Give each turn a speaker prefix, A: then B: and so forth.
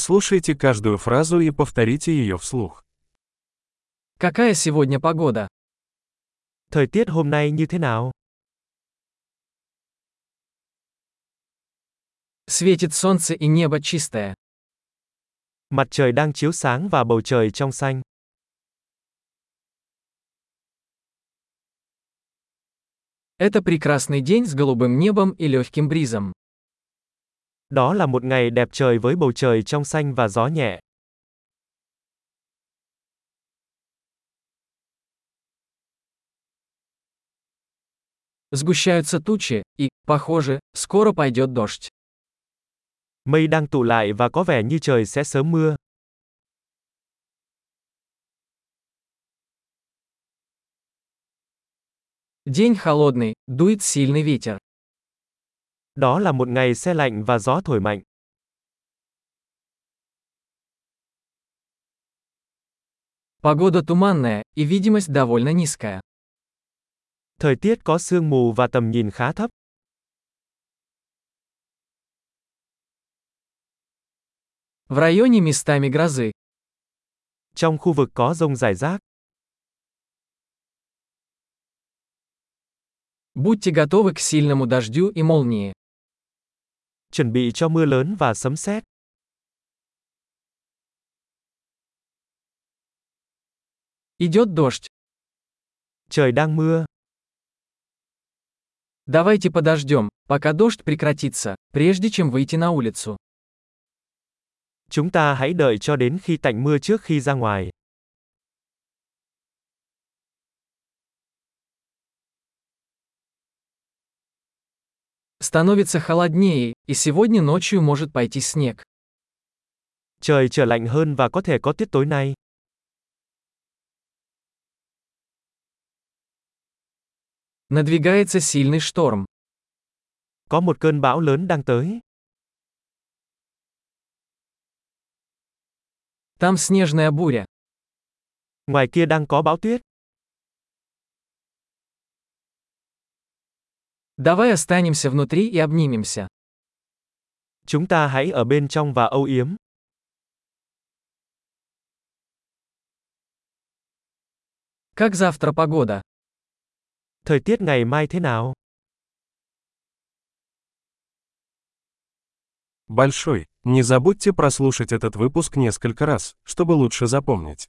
A: Прослушайте каждую фразу и повторите ее вслух.
B: Какая сегодня погода?
C: Thời tiết hôm nay như thế nào?
B: Светит солнце и небо чистое.
C: Mặt trời đang chiếu sáng và bầu trời trong xanh.
B: Это прекрасный день с голубым небом и легким бризом.
C: Đó là một ngày đẹp trời với bầu trời trong xanh và gió nhẹ.
B: Сгущаются тучи, и, похоже, скоро пойдет дождь.
C: Mây đang tụ lại và có vẻ như trời sẽ sớm mưa.
B: День холодный, дует сильный ветер.
C: Đó là một ngày se lạnh và gió thổi mạnh.
B: Погода туманная, и видимость довольно низкая.
C: Thời tiết có sương mù và tầm nhìn khá thấp.
B: В районе местами грозы.
C: Trong khu vực có rông rải rác,
B: Будьте готовы к сильному дождю и молнии.
C: chuẩn bị cho mưa lớn và sấm sét.
B: Идет дождь.
C: Trời đang mưa.
B: Давайте подождем, пока дождь прекратится, прежде чем выйти на улицу.
C: Chúng ta hãy đợi cho đến khi tạnh mưa trước khi ra ngoài.
B: Становится холоднее, и сегодня ночью может пойти снег.
C: Trời trở lạnh hơn và có thể có tiết tối nay.
B: Надвигается сильный шторм.
C: Có một cơn bão lớn đang tới.
B: Там снежная буря.
C: Ngoài kia đang có bão tuyết.
B: Давай останемся внутри и обнимемся.
C: Chúng ta hãy ở bên trong và âu yếm.
B: Как завтра погода?
C: Thời tiết ngày mai thế nào?
A: Большой. Не забудьте прослушать этот выпуск несколько раз, чтобы лучше запомнить.